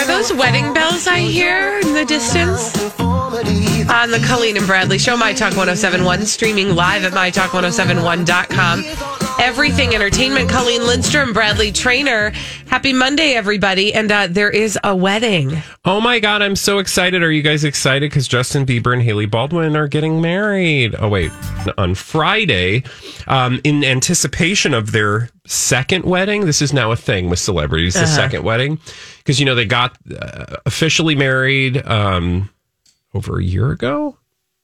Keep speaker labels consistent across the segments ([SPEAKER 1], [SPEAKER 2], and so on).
[SPEAKER 1] Are those wedding bells I hear in the distance? On the Colleen and Bradley Show, My Talk 1071, streaming live at MyTalk1071.com. Everything Entertainment, Colleen Lindstrom, Bradley Trainer. Happy Monday, everybody. And uh, there is a wedding.
[SPEAKER 2] Oh my god, I'm so excited. Are you guys excited? Because Justin Bieber and Haley Baldwin are getting married. Oh wait, on Friday, um, in anticipation of their second wedding. This is now a thing with celebrities,
[SPEAKER 1] Uh-huh.
[SPEAKER 2] the second wedding, because you know they got uh, officially married um, over a year ago.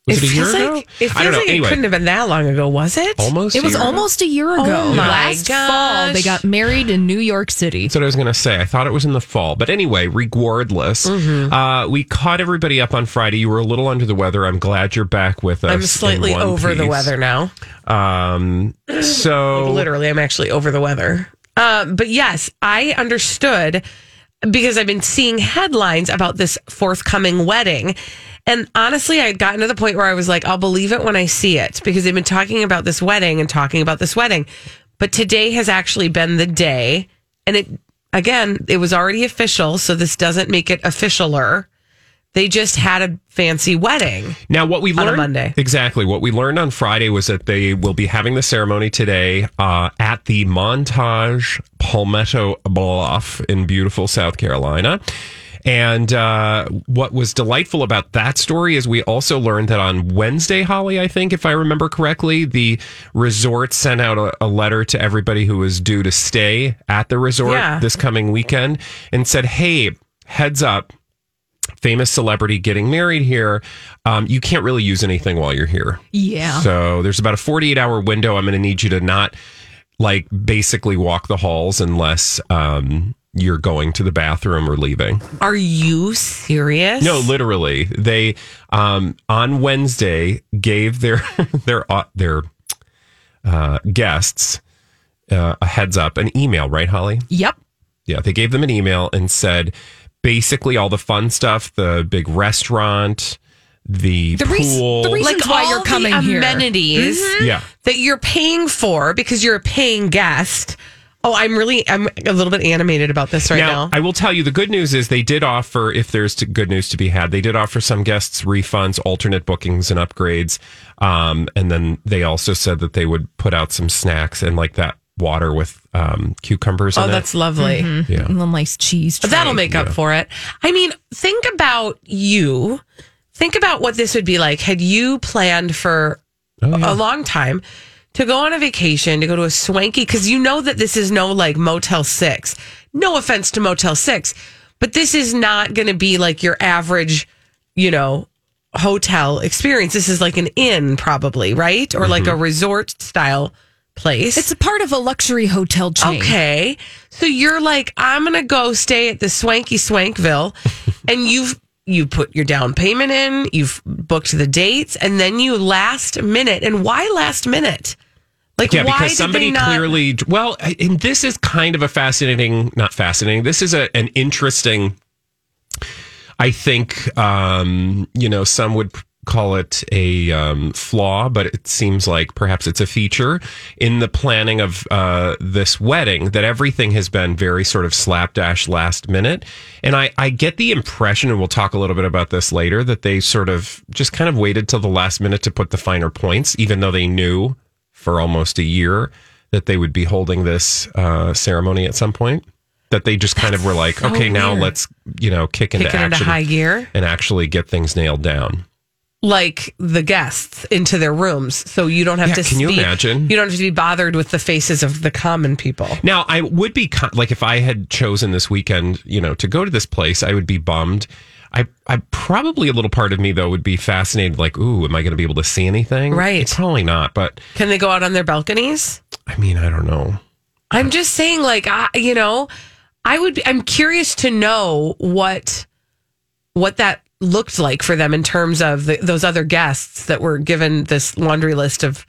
[SPEAKER 2] Was it, a year
[SPEAKER 1] feels
[SPEAKER 2] ago?
[SPEAKER 1] like, it
[SPEAKER 2] I
[SPEAKER 1] feels
[SPEAKER 2] don't know.
[SPEAKER 1] like
[SPEAKER 2] anyway,
[SPEAKER 1] it couldn't have been that long ago, was it?
[SPEAKER 2] almost.
[SPEAKER 3] It
[SPEAKER 2] a
[SPEAKER 3] was
[SPEAKER 2] year ago?
[SPEAKER 3] almost a year ago.
[SPEAKER 1] Oh my
[SPEAKER 3] Last
[SPEAKER 1] gosh.
[SPEAKER 3] fall, they got married in New York City.
[SPEAKER 2] That's what I was going to say. I thought it was in the fall. But anyway, regardless,
[SPEAKER 1] Mm-hmm.
[SPEAKER 2] uh, we caught everybody up on Friday. You were a little under the weather. I'm glad you're back with us.
[SPEAKER 1] I'm
[SPEAKER 2] in
[SPEAKER 1] slightly
[SPEAKER 2] one
[SPEAKER 1] over the
[SPEAKER 2] piece.
[SPEAKER 1] weather now.
[SPEAKER 2] Um, so,
[SPEAKER 1] Literally, I'm actually over the weather. Uh, but yes, I understood because I've been seeing headlines about this forthcoming wedding. And honestly, I had gotten to the point where I was like, I'll believe it when I see it because they've been talking about this wedding and talking about this wedding. But today has actually been the day. And it, again, it was already official. So this doesn't make it officialer. They just had a fancy wedding.
[SPEAKER 2] now what we
[SPEAKER 1] a
[SPEAKER 2] learned
[SPEAKER 1] Monday.
[SPEAKER 2] exactly what we learned on Friday was that they will be having the ceremony today uh, at the Montage Palmetto Bluff in beautiful South Carolina. And uh, what was delightful about that story is we also learned that on Wednesday, Holly, I think, if I remember correctly, the resort sent out a, a letter to everybody who was due to stay at the resort
[SPEAKER 1] Yeah.
[SPEAKER 2] this coming weekend and said, hey, heads up, famous celebrity getting married here, um, you can't really use anything while you're here.
[SPEAKER 3] Yeah.
[SPEAKER 2] So there's about a 48 hour window. I'm going to need you to not like basically walk the halls unless um, you're going to the bathroom or leaving.
[SPEAKER 1] Are you serious?
[SPEAKER 2] No, literally, they um, on Wednesday gave their their uh, their uh, guests uh, a heads up, an email, right, Holly?
[SPEAKER 3] Yep.
[SPEAKER 2] Yeah, they gave them an email and said basically all the fun stuff, the big restaurant, the,
[SPEAKER 3] The res-
[SPEAKER 2] pool.
[SPEAKER 3] the res-
[SPEAKER 1] like
[SPEAKER 3] reasons why
[SPEAKER 1] all
[SPEAKER 3] you're coming
[SPEAKER 1] the
[SPEAKER 3] here. Mm-hmm.
[SPEAKER 1] amenities
[SPEAKER 2] yeah.
[SPEAKER 1] that you're paying for because you're a paying guest. Oh, I'm really I'm a little bit animated about this right now.
[SPEAKER 2] now, I will tell you the good news is they did offer, if there's t- good news to be had, they did offer some guests refunds, alternate bookings, and upgrades. Um, and then they also said that they would put out some snacks and like that water with um, cucumbers
[SPEAKER 1] oh,
[SPEAKER 2] in
[SPEAKER 1] that's lovely.
[SPEAKER 2] it. Yeah.
[SPEAKER 3] A little nice cheese.
[SPEAKER 1] But
[SPEAKER 3] tray.
[SPEAKER 1] That'll make up for it. I mean, think about you. Think about what this would be like had you planned for a long time to go on a vacation, to go to a swanky, because you know that this is no like Motel 6. No offense to Motel 6, but this is not going to be like your average, you know, hotel experience. This is like an inn, probably, right? Or like a resort style place.
[SPEAKER 3] It's a part of a luxury hotel chain.
[SPEAKER 1] Okay. So you're like, I'm gonna go stay at the swanky swankville and you've you put your down payment in, you've booked the dates, and then you last minute. And why last minute? Like
[SPEAKER 2] Yeah,
[SPEAKER 1] why
[SPEAKER 2] because
[SPEAKER 1] did
[SPEAKER 2] somebody
[SPEAKER 1] they not-
[SPEAKER 2] clearly. Well, and this is kind of a fascinating, not fascinating. This is a, an interesting. I think um, you know some would call it a um, flaw, but it seems like perhaps it's a feature in the planning of uh, this wedding that everything has been very sort of slapdash last minute. And I, I get the impression, and we'll talk a little bit about this later, that they sort of just kind of waited till the last minute to put the finer points, even though they knew for almost a year that they would be holding this uh, ceremony at some point. that they just kind of were like,
[SPEAKER 1] so
[SPEAKER 2] okay, now
[SPEAKER 1] weird.
[SPEAKER 2] let's you know kick into
[SPEAKER 1] Kick it
[SPEAKER 2] action
[SPEAKER 1] into high gear.
[SPEAKER 2] and actually get things nailed down.
[SPEAKER 1] like the guests into their rooms, so you don't have
[SPEAKER 2] Yeah,
[SPEAKER 1] to.
[SPEAKER 2] can you
[SPEAKER 1] speak-
[SPEAKER 2] imagine?
[SPEAKER 1] You don't have to be bothered with the faces of the common people.
[SPEAKER 2] Now, I would be con- like if I had chosen this weekend, you know, to go to this place, I would be bummed. I, I probably a little part of me though would be fascinated, like, ooh, am I going to be able to see anything?
[SPEAKER 1] Right.
[SPEAKER 2] It's probably not, but
[SPEAKER 1] Can they go out on their balconies?
[SPEAKER 2] I mean, I don't know.
[SPEAKER 1] I'm just saying, like, I, you know, I would. Be, I'm curious to know what what that looked like for them in terms of the, those other guests that were given this laundry list of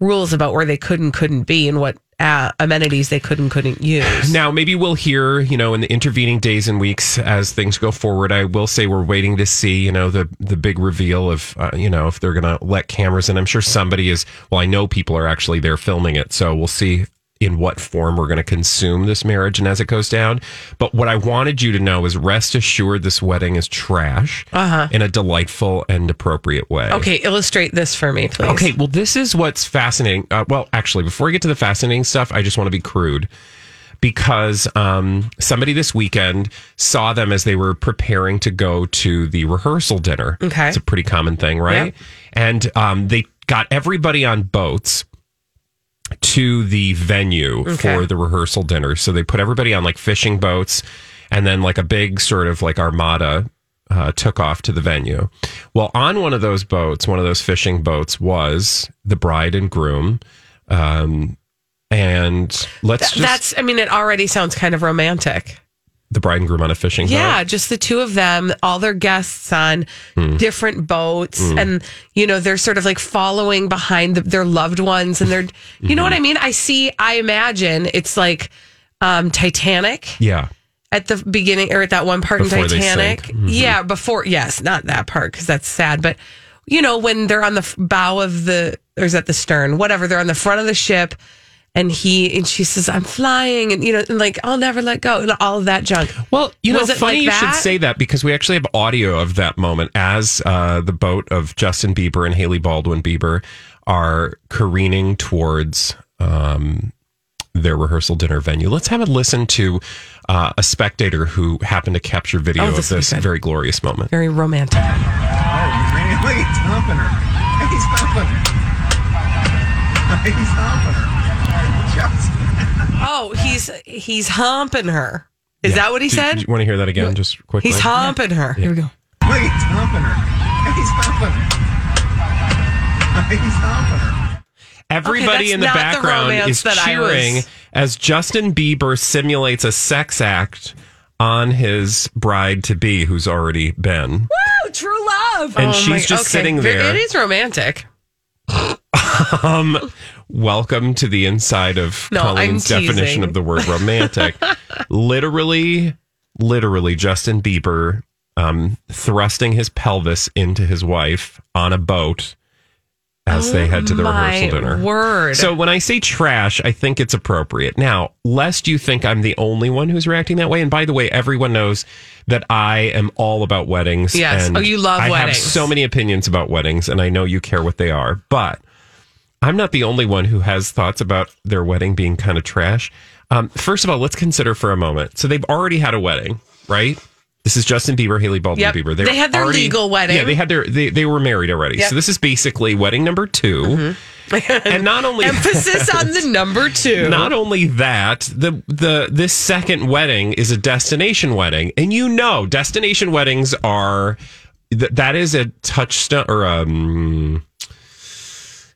[SPEAKER 1] rules about where they could and couldn't be and what uh, amenities they could and couldn't use.
[SPEAKER 2] Now, maybe we'll hear, you know, in the intervening days and weeks as things go forward. I will say we're waiting to see, you know, the the big reveal of, uh, you know, if they're going to let cameras in. I'm sure somebody is. Well, I know people are actually there filming it, so we'll see in what form we're going to consume this marriage and as it goes down. But what I wanted you to know is, rest assured, this wedding is trash in a delightful and appropriate way.
[SPEAKER 1] Okay, illustrate this for me, please.
[SPEAKER 2] Okay, well, this is what's fascinating. Uh, well, actually, before we get to the fascinating stuff, I just want to be crude because um, somebody this weekend saw them as they were preparing to go to the rehearsal dinner.
[SPEAKER 1] Okay.
[SPEAKER 2] It's a pretty common thing, right? And um, they got everybody on boats to the venue for the rehearsal dinner. So they put everybody on like fishing boats and then like a big sort of like armada uh, took off to the venue. Well, on one of those boats, one of those fishing boats was the bride and groom. Um, and let's just
[SPEAKER 1] That's, I mean, it already sounds kind of romantic.
[SPEAKER 2] the bride and groom on a fishing
[SPEAKER 1] Yeah,
[SPEAKER 2] boat.
[SPEAKER 1] just the two of them, all their guests on different boats, and you know they're sort of like following behind the, their loved ones, and they're, you know what I mean. I see, I imagine it's like um, Titanic
[SPEAKER 2] Yeah.
[SPEAKER 1] at the beginning or at that one part
[SPEAKER 2] Before
[SPEAKER 1] in
[SPEAKER 2] they
[SPEAKER 1] Titanic.
[SPEAKER 2] sink. Mm-hmm.
[SPEAKER 1] Yeah, before yes, not that part because that's sad, but you know when they're on the f- bow of the or is that the stern, whatever, they're on the front of the ship. And he and she says, "I'm flying," and you know, and like, "I'll never let go," and all of that junk.
[SPEAKER 2] Well, you know,
[SPEAKER 1] Was it
[SPEAKER 2] funny
[SPEAKER 1] like
[SPEAKER 2] you
[SPEAKER 1] that?
[SPEAKER 2] should say that because we actually have audio of that moment as uh, the boat of Justin Bieber and Haley Baldwin Bieber are careening towards um, their rehearsal dinner venue. Let's have a listen to uh, a spectator who happened to capture video
[SPEAKER 1] Oh,
[SPEAKER 2] of
[SPEAKER 1] this
[SPEAKER 2] this
[SPEAKER 1] will be good.
[SPEAKER 2] very glorious moment.
[SPEAKER 1] Very romantic.
[SPEAKER 4] Man, look, he's humping her. He's humping her. He's humping her. Just
[SPEAKER 1] Oh, he's he's humping her. Is that what he
[SPEAKER 2] Do-
[SPEAKER 1] said?
[SPEAKER 2] Do you want to hear that again, just quickly?
[SPEAKER 1] he's humping her.
[SPEAKER 3] Here we go.
[SPEAKER 4] look, he's humping her. He's humping her. He's humping her.
[SPEAKER 2] Everybody
[SPEAKER 1] Okay,
[SPEAKER 2] in the
[SPEAKER 1] that's not the
[SPEAKER 2] background
[SPEAKER 1] romance
[SPEAKER 2] is
[SPEAKER 1] that I
[SPEAKER 2] cheering
[SPEAKER 1] was-
[SPEAKER 2] as Justin Bieber simulates a sex act on his bride to be, who's already been.
[SPEAKER 3] Oh, true love.
[SPEAKER 2] And
[SPEAKER 1] Oh
[SPEAKER 2] she's
[SPEAKER 1] my-
[SPEAKER 2] just
[SPEAKER 1] okay.
[SPEAKER 2] sitting
[SPEAKER 1] Very-
[SPEAKER 2] there.
[SPEAKER 1] It is romantic.
[SPEAKER 2] Um, welcome to the inside of
[SPEAKER 1] No,
[SPEAKER 2] Colleen's
[SPEAKER 1] I'm teasing.
[SPEAKER 2] definition of the word romantic. literally, literally, Justin Bieber um, thrusting his pelvis into his wife on a boat as they head to the
[SPEAKER 1] Oh My
[SPEAKER 2] rehearsal dinner.
[SPEAKER 1] word.
[SPEAKER 2] So when I say trash, I think it's appropriate. Now, lest you think I'm the only one who's reacting that way, and by the way, everyone knows that I am all about weddings.
[SPEAKER 1] Yes.
[SPEAKER 2] and
[SPEAKER 1] Oh, you love
[SPEAKER 2] I have
[SPEAKER 1] weddings.
[SPEAKER 2] so many opinions about weddings, and I know you care what they are, but I'm not the only one who has thoughts about their wedding being kind of trash. Um, first of all, let's consider for a moment. So they've already had a wedding, right? This is Justin Bieber, Haley Baldwin
[SPEAKER 1] Yep.
[SPEAKER 2] Bieber.
[SPEAKER 1] They
[SPEAKER 2] were
[SPEAKER 1] had their legal wedding.
[SPEAKER 2] Yeah, they had their they, they were married already.
[SPEAKER 1] Yep. Mm-hmm.
[SPEAKER 2] So this is basically wedding number 2 and not only
[SPEAKER 1] Emphasis on the number two.
[SPEAKER 2] not only that, the the this second wedding is a destination wedding, and you know, destination weddings are th- that is a touchstone or um,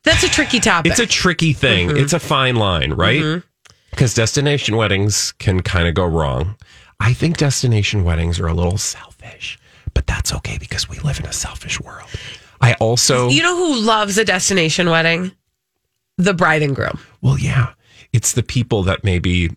[SPEAKER 1] That's a tricky topic.
[SPEAKER 2] it's a tricky thing. It's a fine line, right? Because destination weddings can kind of go wrong. I think destination weddings are a little selfish, but that's okay because we live in a selfish world. I also,
[SPEAKER 1] you know who loves a destination wedding? The bride and groom.
[SPEAKER 2] well, yeah, it's the people that maybe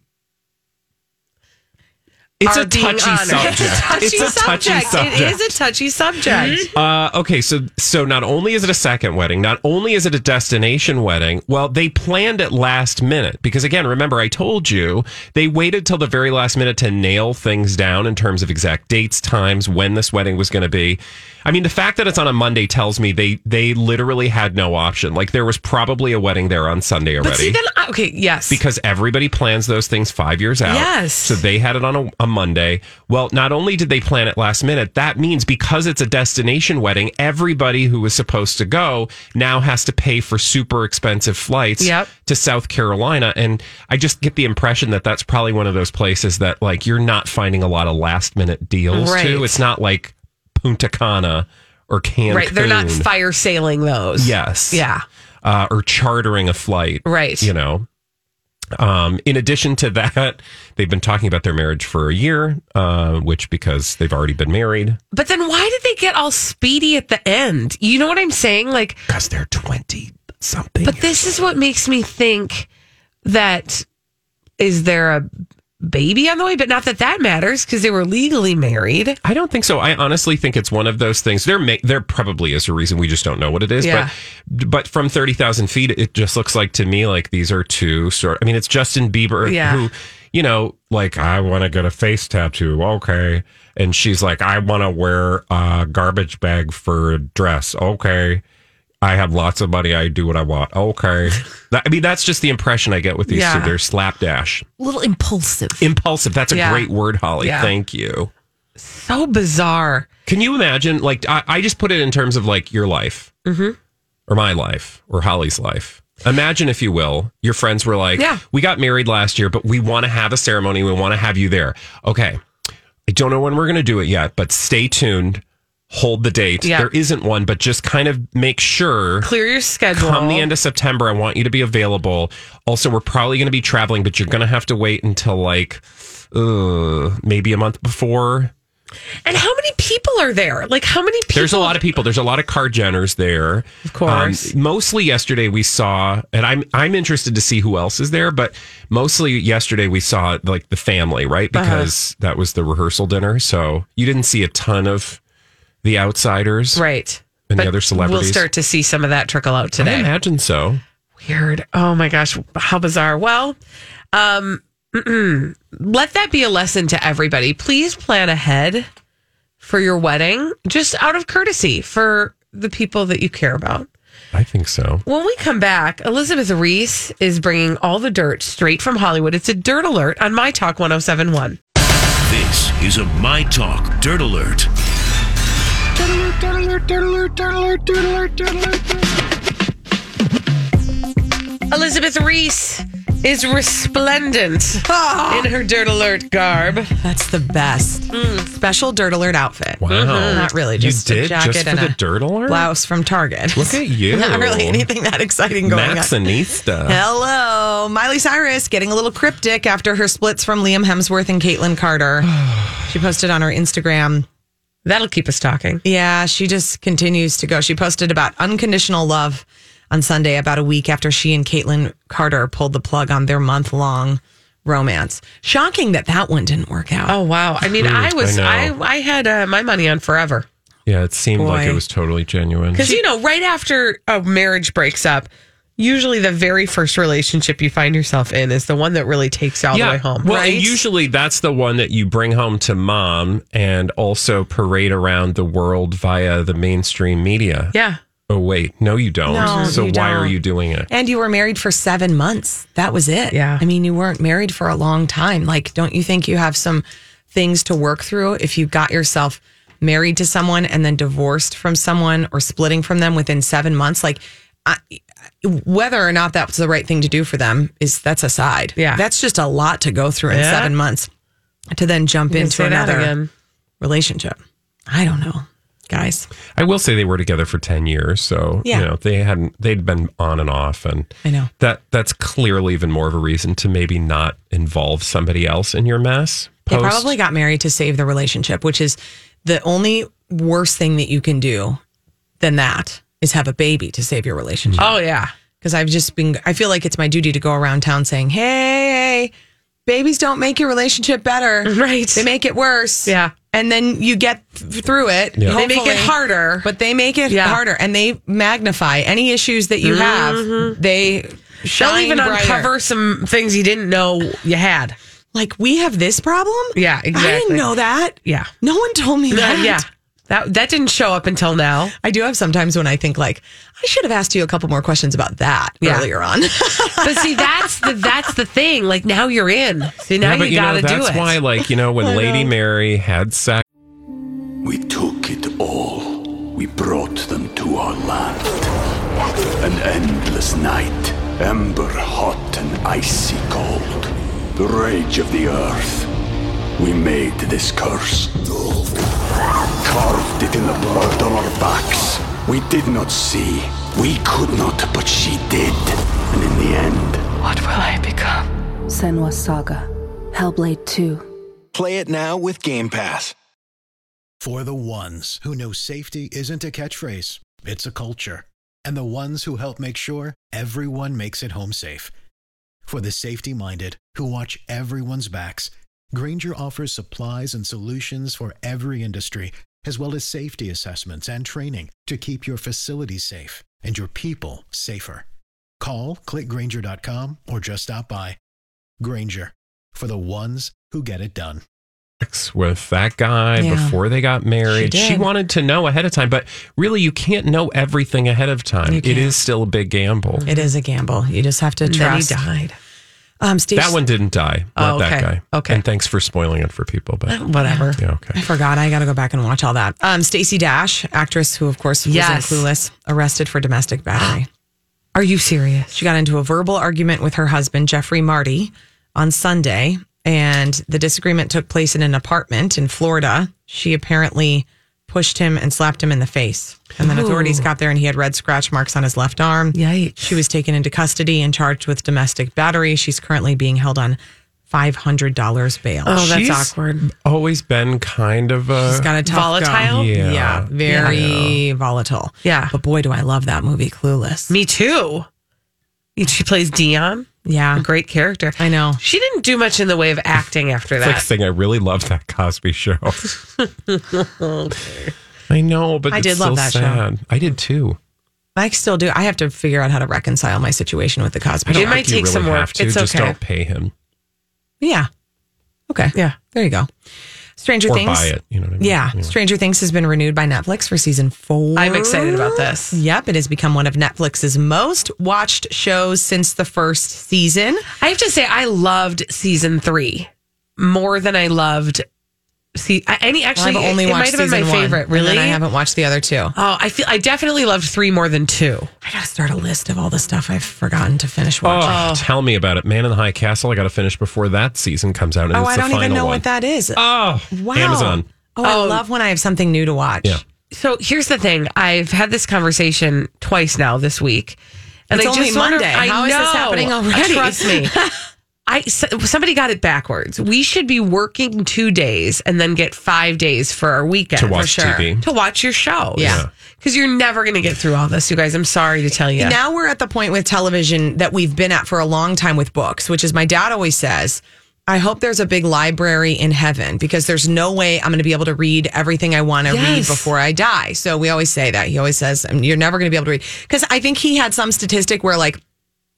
[SPEAKER 2] It's
[SPEAKER 1] are
[SPEAKER 2] a
[SPEAKER 1] being
[SPEAKER 2] touchy
[SPEAKER 1] honored.
[SPEAKER 2] subject. It's a touchy
[SPEAKER 1] It
[SPEAKER 2] subject.
[SPEAKER 1] is a touchy subject.
[SPEAKER 2] Uh, okay, so so not only is it a second wedding, not only is it a destination wedding. Well, they planned it last minute because again, remember I told you they waited till the very last minute to nail things down in terms of exact dates, times, when this wedding was going to be. I mean, the fact that it's on a Monday tells me they they literally had no option. Like there was probably a wedding there on Sunday already
[SPEAKER 1] But see, then I- okay, yes,
[SPEAKER 2] because everybody plans those things five years out.
[SPEAKER 1] Yes.
[SPEAKER 2] So they had it on a, a Monday. Well, not only did they plan it last minute, that means because it's a destination wedding, everybody who was supposed to go now has to pay for super expensive flights
[SPEAKER 1] Yep.
[SPEAKER 2] to South Carolina. And I just get the impression that that's probably one of those places that, like, you're not finding a lot of last minute deals
[SPEAKER 1] Right.
[SPEAKER 2] to. It's not like Punta Cana or Cancun.
[SPEAKER 1] right, they're not fire sailing those.
[SPEAKER 2] Yes
[SPEAKER 1] yeah,
[SPEAKER 2] uh, or chartering a flight.
[SPEAKER 1] Right.
[SPEAKER 2] You know. Um, in addition to that, they've been talking about their marriage for a year, uh, which because they've already been married.
[SPEAKER 1] but then why did they get all speedy at the end? You know what I'm saying? Like
[SPEAKER 2] Because they're 20 something.
[SPEAKER 1] But this is what makes me think that is there a baby on the way? But not that that matters because they were legally married.
[SPEAKER 2] I don't think so. I honestly think it's one of those things. There may there probably is a reason we just don't know what it is.
[SPEAKER 1] Yeah.
[SPEAKER 2] But but from thirty thousand feet, it just looks like to me like these are two sort. I mean, it's Justin Bieber
[SPEAKER 1] Yeah.
[SPEAKER 2] who, you know, like I want to get a face tattoo. Okay, and she's like, I want to wear a garbage bag for a dress. Okay. I have lots of money. I do what I want. Okay. That- I mean, that's just the impression I get with these
[SPEAKER 1] Yeah.
[SPEAKER 2] two. They're slapdash.
[SPEAKER 3] A little impulsive.
[SPEAKER 2] Impulsive. That's a
[SPEAKER 1] Yeah.
[SPEAKER 2] great word, Holly.
[SPEAKER 1] Yeah.
[SPEAKER 2] Thank you.
[SPEAKER 1] So bizarre.
[SPEAKER 2] Can you imagine? Like, I, I just put it in terms of like your life,
[SPEAKER 1] Mm-hmm.
[SPEAKER 2] or my life, or Holly's life. Imagine, if you will, your friends were like,
[SPEAKER 1] Yeah.
[SPEAKER 2] we got married last year, but we want to have a ceremony. We want to have you there. Okay. I don't know when we're going to do it yet, but stay tuned. Hold the date.
[SPEAKER 1] Yeah.
[SPEAKER 2] There isn't one, but just kind of make sure.
[SPEAKER 1] Clear your schedule.
[SPEAKER 2] Come the end of September, I want you to be available. Also, we're probably going to be traveling, but you're going to have to wait until like uh, maybe a month before.
[SPEAKER 1] and how many people are there? Like how many people?
[SPEAKER 2] There's a lot of people. There's a lot of car Jenners there. Of
[SPEAKER 1] course.
[SPEAKER 2] mostly yesterday we saw, and I'm I'm interested to see who else is there, but mostly yesterday we saw like the family, right?
[SPEAKER 5] Uh-huh.
[SPEAKER 2] Because that was the rehearsal dinner, so you didn't see a ton of the outsiders
[SPEAKER 1] right.
[SPEAKER 2] and
[SPEAKER 1] But
[SPEAKER 2] the other celebrities.
[SPEAKER 1] We'll start to see some of that trickle out
[SPEAKER 2] I
[SPEAKER 1] today.
[SPEAKER 2] imagine so.
[SPEAKER 1] Weird. Oh my gosh, how bizarre. Well, um, mm-mm. let that be a lesson to everybody. Please plan ahead for your wedding, just out of courtesy for the people that you care about.
[SPEAKER 2] I think so.
[SPEAKER 1] When we come back, Elizabeth Reese is bringing all the dirt straight from Hollywood. It's a dirt alert on My Talk 1071.
[SPEAKER 6] This is a My Talk Dirt Alert.
[SPEAKER 1] Elizabeth Reese is resplendent in her dirt alert garb.
[SPEAKER 5] Ah.
[SPEAKER 1] Hmm.
[SPEAKER 5] That's the best. Special dirt alert outfit.
[SPEAKER 2] Wow.
[SPEAKER 5] Mm-hmm.
[SPEAKER 1] Mm-hmm.
[SPEAKER 5] Not really, just
[SPEAKER 2] you
[SPEAKER 5] a
[SPEAKER 2] did
[SPEAKER 5] jacket
[SPEAKER 2] just for
[SPEAKER 5] and
[SPEAKER 2] the
[SPEAKER 5] a
[SPEAKER 2] dirt alert.
[SPEAKER 5] blouse from Target.
[SPEAKER 2] Look at you.
[SPEAKER 5] Not really anything that exciting going on.
[SPEAKER 2] Maxinista.
[SPEAKER 5] Hello, Miley Cyrus getting a little cryptic after her splits from Liam Hemsworth and Caitlyn Carter. she posted on her Instagram.
[SPEAKER 1] That'll keep us talking.
[SPEAKER 5] Yeah, she just continues to go. She posted about unconditional love on Sunday, about a week after she and Caitlyn Carter pulled the plug on their month long romance. Shocking that that one didn't work out.
[SPEAKER 1] Oh, wow. I mean, I was,
[SPEAKER 2] I
[SPEAKER 1] I,
[SPEAKER 2] know.
[SPEAKER 1] I, had uh, my money on forever.
[SPEAKER 2] Yeah, it seemed like
[SPEAKER 5] Boy.
[SPEAKER 2] it was totally genuine.
[SPEAKER 1] Because you know, right after a marriage breaks up, usually the very first relationship you find yourself in is the one that really takes you all the way home.
[SPEAKER 2] Well,
[SPEAKER 1] right?
[SPEAKER 2] and usually that's the one that you bring home to mom and also parade around the world via the mainstream media.
[SPEAKER 1] yeah.
[SPEAKER 2] Oh wait, no, you don't.
[SPEAKER 5] No,
[SPEAKER 2] so
[SPEAKER 5] you
[SPEAKER 2] why are
[SPEAKER 5] don't.
[SPEAKER 2] you doing it?
[SPEAKER 5] And you were married for seven months. That was it.
[SPEAKER 1] Yeah.
[SPEAKER 5] I mean, you weren't married for a long time. Like, don't you think you have some things to work through if you got yourself married to someone and then divorced from someone or splitting from them within seven months? Like, I, whether or not that was the right thing to do for them is that's aside.
[SPEAKER 1] Yeah.
[SPEAKER 5] That's just a lot to go through in
[SPEAKER 1] Yeah.
[SPEAKER 5] seven months to then jump
[SPEAKER 1] You can
[SPEAKER 5] into
[SPEAKER 1] say that
[SPEAKER 5] another
[SPEAKER 1] again.
[SPEAKER 5] relationship. I don't know, guys.
[SPEAKER 2] I will say they were together for ten years, so
[SPEAKER 5] Yeah.
[SPEAKER 2] you know they hadn't they'd been on and off, and
[SPEAKER 5] I know.
[SPEAKER 2] that that's clearly even more of a reason to maybe not involve somebody else in your mess.
[SPEAKER 5] They
[SPEAKER 2] Post.
[SPEAKER 5] probably got married to save the relationship, which is the only worst thing that you can do than that is have a baby to save your relationship.
[SPEAKER 1] Oh yeah.
[SPEAKER 5] Because I've just been, I feel like it's my duty to go around town saying, hey,
[SPEAKER 1] babies don't make your relationship better.
[SPEAKER 3] Right.
[SPEAKER 1] They make it worse.
[SPEAKER 3] Yeah.
[SPEAKER 1] And then you get th- through it.
[SPEAKER 2] Yeah. They
[SPEAKER 3] make it
[SPEAKER 1] hopefully.
[SPEAKER 3] harder.
[SPEAKER 1] But they make it
[SPEAKER 3] Yeah.
[SPEAKER 1] harder and they magnify any issues that you have. They Mm-hmm. shine
[SPEAKER 3] They'll even
[SPEAKER 1] brighter.
[SPEAKER 3] uncover some things you didn't know you had.
[SPEAKER 1] Like we have this problem?
[SPEAKER 3] Yeah,
[SPEAKER 1] I
[SPEAKER 3] exactly.
[SPEAKER 1] didn't know that.
[SPEAKER 3] Yeah.
[SPEAKER 1] No one told me that.
[SPEAKER 3] yeah. That that didn't show up until now.
[SPEAKER 1] I do have sometimes when I think like I should have asked you a couple more questions about that
[SPEAKER 3] Yeah.
[SPEAKER 1] earlier on.
[SPEAKER 3] But see, that's the that's the thing. Like now you're in. See now
[SPEAKER 2] Yeah, but
[SPEAKER 3] you gotta
[SPEAKER 2] know,
[SPEAKER 3] do
[SPEAKER 2] that's
[SPEAKER 3] it.
[SPEAKER 2] why, like, you know, when Lady Mary had sex.
[SPEAKER 7] We took it all. We brought them to our land. An endless night, ember hot and icy cold. The rage of the earth. We made this curse. Carved it in the blood on our backs. We did not see. We could not, but she did. And in the end,
[SPEAKER 1] Oh,
[SPEAKER 8] What will I become? Senwa Saga, Hellblade 2.
[SPEAKER 9] Play it now with Game Pass.
[SPEAKER 10] For the ones who know safety isn't a catchphrase, it's a culture. And the ones who help make sure everyone makes it home safe. For the safety minded who watch everyone's backs, Granger offers supplies and solutions for every industry, as well as safety assessments and training to keep your facilities safe and your people safer. Call clickgranger.com or just stop by. Granger for the ones who get it done.
[SPEAKER 2] sex with that guy
[SPEAKER 11] Yeah.
[SPEAKER 2] before they got married.
[SPEAKER 11] She
[SPEAKER 2] She,
[SPEAKER 11] did.
[SPEAKER 2] wanted to know ahead of time, but really, you can't know everything ahead of time.
[SPEAKER 1] You
[SPEAKER 2] It
[SPEAKER 1] can't.
[SPEAKER 2] is still a big gamble.
[SPEAKER 1] it is a gamble. You just have to
[SPEAKER 3] And then he
[SPEAKER 1] trust.
[SPEAKER 3] died.
[SPEAKER 1] Um Steve
[SPEAKER 2] that one didn't die. Not
[SPEAKER 1] Oh,
[SPEAKER 2] that
[SPEAKER 1] okay.
[SPEAKER 2] guy.
[SPEAKER 1] Okay.
[SPEAKER 2] And thanks for spoiling it for people. But
[SPEAKER 1] whatever.
[SPEAKER 2] yeah, okay.
[SPEAKER 1] I forgot. I got to go back and watch all that. Um, Stacey Dash, actress who, of course, was
[SPEAKER 3] Yes.
[SPEAKER 1] in Clueless, arrested for domestic battery.
[SPEAKER 3] Are you serious?
[SPEAKER 1] She got into a verbal argument with her husband, Jeffrey Marty, on Sunday, and the disagreement took place in an apartment in Florida. She apparently pushed him and slapped him in the face. And then authorities got there, and he had red scratch marks on his left arm.
[SPEAKER 3] Yikes.
[SPEAKER 1] She was taken into custody and charged with domestic battery. She's currently being held on $500 bail.
[SPEAKER 3] Oh, that's
[SPEAKER 2] She's
[SPEAKER 3] awkward.
[SPEAKER 2] Always been kind of a.
[SPEAKER 1] She's got a tough
[SPEAKER 3] Volatile?
[SPEAKER 1] go.
[SPEAKER 2] Yeah.
[SPEAKER 1] Yeah. Very volatile.
[SPEAKER 3] Yeah.
[SPEAKER 1] But boy, do I love that movie, Clueless.
[SPEAKER 3] Me too. She plays Dion.
[SPEAKER 1] Yeah.
[SPEAKER 3] A great character.
[SPEAKER 1] I know.
[SPEAKER 3] She didn't do much in the way of acting after
[SPEAKER 2] It's like
[SPEAKER 3] that.
[SPEAKER 2] saying I really love that Cosby show. I know, but
[SPEAKER 1] I
[SPEAKER 2] it's
[SPEAKER 1] did love
[SPEAKER 2] still
[SPEAKER 1] that show.
[SPEAKER 2] sad. I did too.
[SPEAKER 1] I still do. I have to figure out how to reconcile my situation with the Cosby
[SPEAKER 2] I don't
[SPEAKER 1] Show.
[SPEAKER 3] It might
[SPEAKER 2] think you
[SPEAKER 3] take
[SPEAKER 2] really
[SPEAKER 3] some work.
[SPEAKER 2] have To.
[SPEAKER 3] It's
[SPEAKER 2] Just
[SPEAKER 3] okay.
[SPEAKER 2] don't pay him
[SPEAKER 1] Yeah. Okay.
[SPEAKER 3] Yeah.
[SPEAKER 1] There you go. Stranger
[SPEAKER 2] or
[SPEAKER 1] Things.
[SPEAKER 2] buy it. You know what I mean?
[SPEAKER 1] Yeah.
[SPEAKER 2] Anyway.
[SPEAKER 1] Stranger Things has been renewed by Netflix for season four.
[SPEAKER 3] I'm excited about this.
[SPEAKER 1] Yep. It has become one of Netflix's most watched shows since the first season.
[SPEAKER 3] I have to say, I loved season three more than I loved. See, any actually,
[SPEAKER 1] I've only
[SPEAKER 3] it,
[SPEAKER 1] watched
[SPEAKER 3] it might have
[SPEAKER 1] season
[SPEAKER 3] been my
[SPEAKER 1] one,
[SPEAKER 3] favorite.
[SPEAKER 1] and
[SPEAKER 3] Really,
[SPEAKER 1] then I haven't watched the other two.
[SPEAKER 3] Oh, I feel I definitely loved three more than two.
[SPEAKER 1] I got to start a list of all the stuff I've forgotten to finish watching.
[SPEAKER 2] Oh, tell me about it. Man in the High Castle. I got to finish before that season comes out. And
[SPEAKER 1] Oh,
[SPEAKER 2] it's
[SPEAKER 1] I
[SPEAKER 2] the
[SPEAKER 1] don't even
[SPEAKER 2] final
[SPEAKER 1] know
[SPEAKER 2] one.
[SPEAKER 1] what that is.
[SPEAKER 2] Oh,
[SPEAKER 1] wow.
[SPEAKER 2] Amazon.
[SPEAKER 1] Oh, I
[SPEAKER 3] Oh.
[SPEAKER 1] love when I have something new to watch.
[SPEAKER 2] Yeah.
[SPEAKER 3] So here's the thing: I've had this conversation twice now this week, and
[SPEAKER 1] It's
[SPEAKER 3] I
[SPEAKER 1] only
[SPEAKER 3] just wonder-
[SPEAKER 1] Monday.
[SPEAKER 3] I
[SPEAKER 1] How is
[SPEAKER 3] know.
[SPEAKER 1] this happening already?
[SPEAKER 3] Trust me. I so- somebody got it backwards. We should be working two days and then get five days for our weekend
[SPEAKER 2] To
[SPEAKER 3] for
[SPEAKER 2] watch
[SPEAKER 3] sure.
[SPEAKER 2] TV.
[SPEAKER 3] to watch your show.
[SPEAKER 1] Yeah.
[SPEAKER 3] because you're never going to get through all this, you guys. I'm sorry to tell you.
[SPEAKER 1] Now we're at the point with television that we've been at for a long time with books, which is my dad always says, I hope there's a big library in heaven because there's no way I'm going to be able to read everything I want to read
[SPEAKER 3] Yes.
[SPEAKER 1] before I die. So we always say that. He always says, "Um, You're never going to be able to read. Because I think he had some statistic where, like,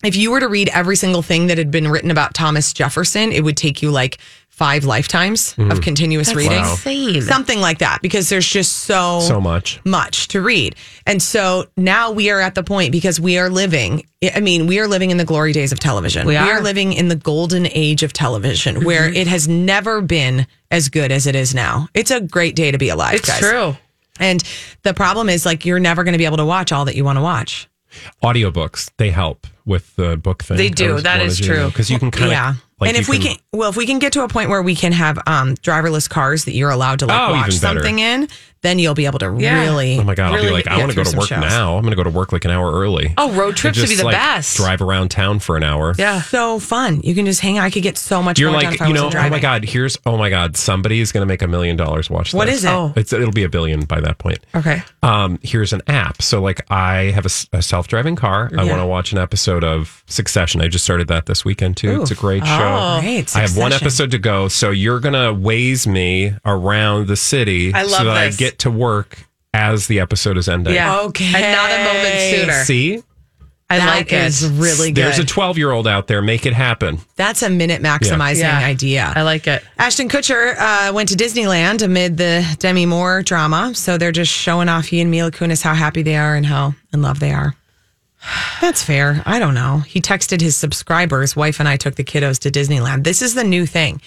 [SPEAKER 1] if you were to read every single thing that had been written about Thomas Jefferson, it would take you like five lifetimes of continuous reading.
[SPEAKER 3] insane.
[SPEAKER 1] Something like that, because there's just
[SPEAKER 2] So much.
[SPEAKER 1] much to read. And so now we are at the point because we are living, I mean, we are living in the glory days of television.
[SPEAKER 3] We
[SPEAKER 1] we
[SPEAKER 3] are. Mm-hmm.
[SPEAKER 1] are living in the golden age of television where it has never been as good as it is now. It's a great day to be alive.
[SPEAKER 3] it's
[SPEAKER 1] guys.
[SPEAKER 3] true.
[SPEAKER 1] And the problem is like you're never going to be able to watch all that you want to watch.
[SPEAKER 2] Audiobooks, they help with the book thing.
[SPEAKER 3] They do. That is true.
[SPEAKER 2] Because you can kind of.
[SPEAKER 1] yeah.
[SPEAKER 2] Like
[SPEAKER 1] and
[SPEAKER 2] you
[SPEAKER 1] if we can, well, if we can get to a point where we can have um, driverless cars that you're allowed to like
[SPEAKER 2] Oh,
[SPEAKER 1] watch
[SPEAKER 2] even better.
[SPEAKER 1] something in, then you'll be able to
[SPEAKER 3] Yeah.
[SPEAKER 1] really.
[SPEAKER 2] Oh my God! I'll be
[SPEAKER 1] really
[SPEAKER 2] like,
[SPEAKER 1] get
[SPEAKER 2] I want to
[SPEAKER 1] through
[SPEAKER 2] go to
[SPEAKER 1] some
[SPEAKER 2] work
[SPEAKER 1] shows.
[SPEAKER 2] now. I'm going to go to work like an hour early.
[SPEAKER 3] Oh, road trips
[SPEAKER 2] And
[SPEAKER 3] would be
[SPEAKER 2] just,
[SPEAKER 3] the
[SPEAKER 2] like,
[SPEAKER 3] best.
[SPEAKER 2] Drive around town for an hour.
[SPEAKER 3] Yeah.
[SPEAKER 1] so fun. You can just hang out. I could get so much
[SPEAKER 2] You're
[SPEAKER 1] more done
[SPEAKER 2] like,
[SPEAKER 1] if I
[SPEAKER 2] you
[SPEAKER 1] wasn't
[SPEAKER 2] know, oh
[SPEAKER 1] driving.
[SPEAKER 2] my God, here's, oh my God, somebody is going to make a million dollars. Watch
[SPEAKER 1] What
[SPEAKER 2] this.
[SPEAKER 1] is it? Oh.
[SPEAKER 2] It's, it'll be a billion by that point.
[SPEAKER 3] Okay.
[SPEAKER 2] um, here's an app. So, like, I have a, s- a self driving car. I want to watch an episode episode of Succession. I just started that this weekend too.
[SPEAKER 5] Ooh.
[SPEAKER 2] It's a great
[SPEAKER 5] Oh,
[SPEAKER 2] show.
[SPEAKER 5] great,
[SPEAKER 2] I have one
[SPEAKER 5] Succession.
[SPEAKER 2] episode to go, so you're gonna waze me around the city
[SPEAKER 1] I love
[SPEAKER 2] so that
[SPEAKER 1] this.
[SPEAKER 2] I get to work as the episode is ending.
[SPEAKER 1] Yeah. Okay. And not a moment sooner.
[SPEAKER 2] See,
[SPEAKER 1] I
[SPEAKER 5] That
[SPEAKER 1] like it.
[SPEAKER 5] is really good.
[SPEAKER 2] there's a 12 year old out there. Make it happen.
[SPEAKER 5] That's a minute maximizing
[SPEAKER 1] Yeah.
[SPEAKER 5] idea.
[SPEAKER 1] I like it.
[SPEAKER 5] Ashton Kutcher uh, went to Disneyland amid the Demi Moore drama, so they're just showing off he and Mila Kunis how happy they are and how in love they are. That's fair. I don't know. He texted his subscribers, wife and I took the kiddos to Disneyland. This is the new thing.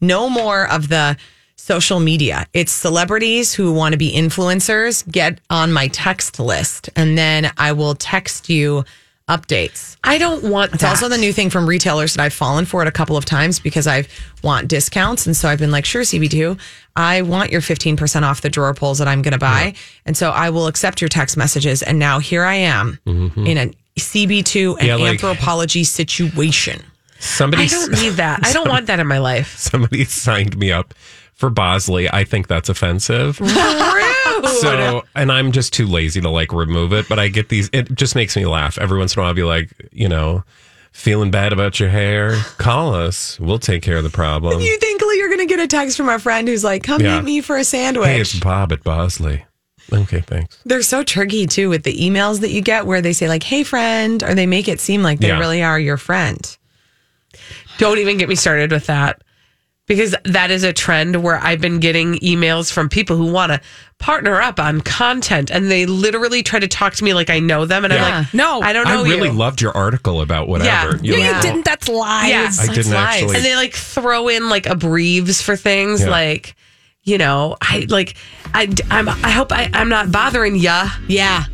[SPEAKER 5] No more of the social media. It's celebrities who want to be influencers get on my text list and then I will text you updates.
[SPEAKER 1] I don't want
[SPEAKER 5] It's
[SPEAKER 1] that.
[SPEAKER 5] also the new thing from retailers that I've fallen for it a couple of times because I want discounts. And so I've been like, sure, CB2, I want your 15% off the drawer pulls that I'm going to buy. And so I will accept your text messages. And now here I am
[SPEAKER 1] Mm-hmm.
[SPEAKER 5] in a CB2 and
[SPEAKER 2] Yeah, like-
[SPEAKER 5] anthropology situation.
[SPEAKER 2] Somebody,
[SPEAKER 1] I don't need that. I don't want that in my life.
[SPEAKER 2] somebody signed me up for Bosley. I think that's offensive.
[SPEAKER 1] Rude.
[SPEAKER 2] So, and I'm just too lazy to like remove it, but I get these, it just makes me laugh. Every once in a while, I'll be like, you know, feeling bad about your hair, call us. We'll take care of the problem.
[SPEAKER 5] You think Lee, you're going to get a text from a friend who's like, come
[SPEAKER 2] Yeah.
[SPEAKER 5] meet me for a sandwich?
[SPEAKER 2] Hey, it's Bob at Bosley. Okay, thanks.
[SPEAKER 5] They're so tricky too with the emails that you get where they say like, hey, friend, or they make it seem like they
[SPEAKER 2] Yeah.
[SPEAKER 5] really are your friend.
[SPEAKER 1] Don't even get me started with that because that is a trend where I've been getting emails from people who want to partner up on content and they literally try to talk to me like I know them. And I'm
[SPEAKER 5] Yeah.
[SPEAKER 1] like, no, I don't know
[SPEAKER 2] I really
[SPEAKER 1] you.
[SPEAKER 2] loved your article about whatever.
[SPEAKER 1] Yeah.
[SPEAKER 2] You're
[SPEAKER 1] No, you
[SPEAKER 2] like,
[SPEAKER 3] didn't. That's lies.
[SPEAKER 1] Yeah.
[SPEAKER 2] I didn't actually.
[SPEAKER 1] and they like throw in like abbreves for things
[SPEAKER 2] Yeah.
[SPEAKER 1] like, you know, I like, I, I'm, I hope I, I'm not bothering ya.
[SPEAKER 5] Yeah.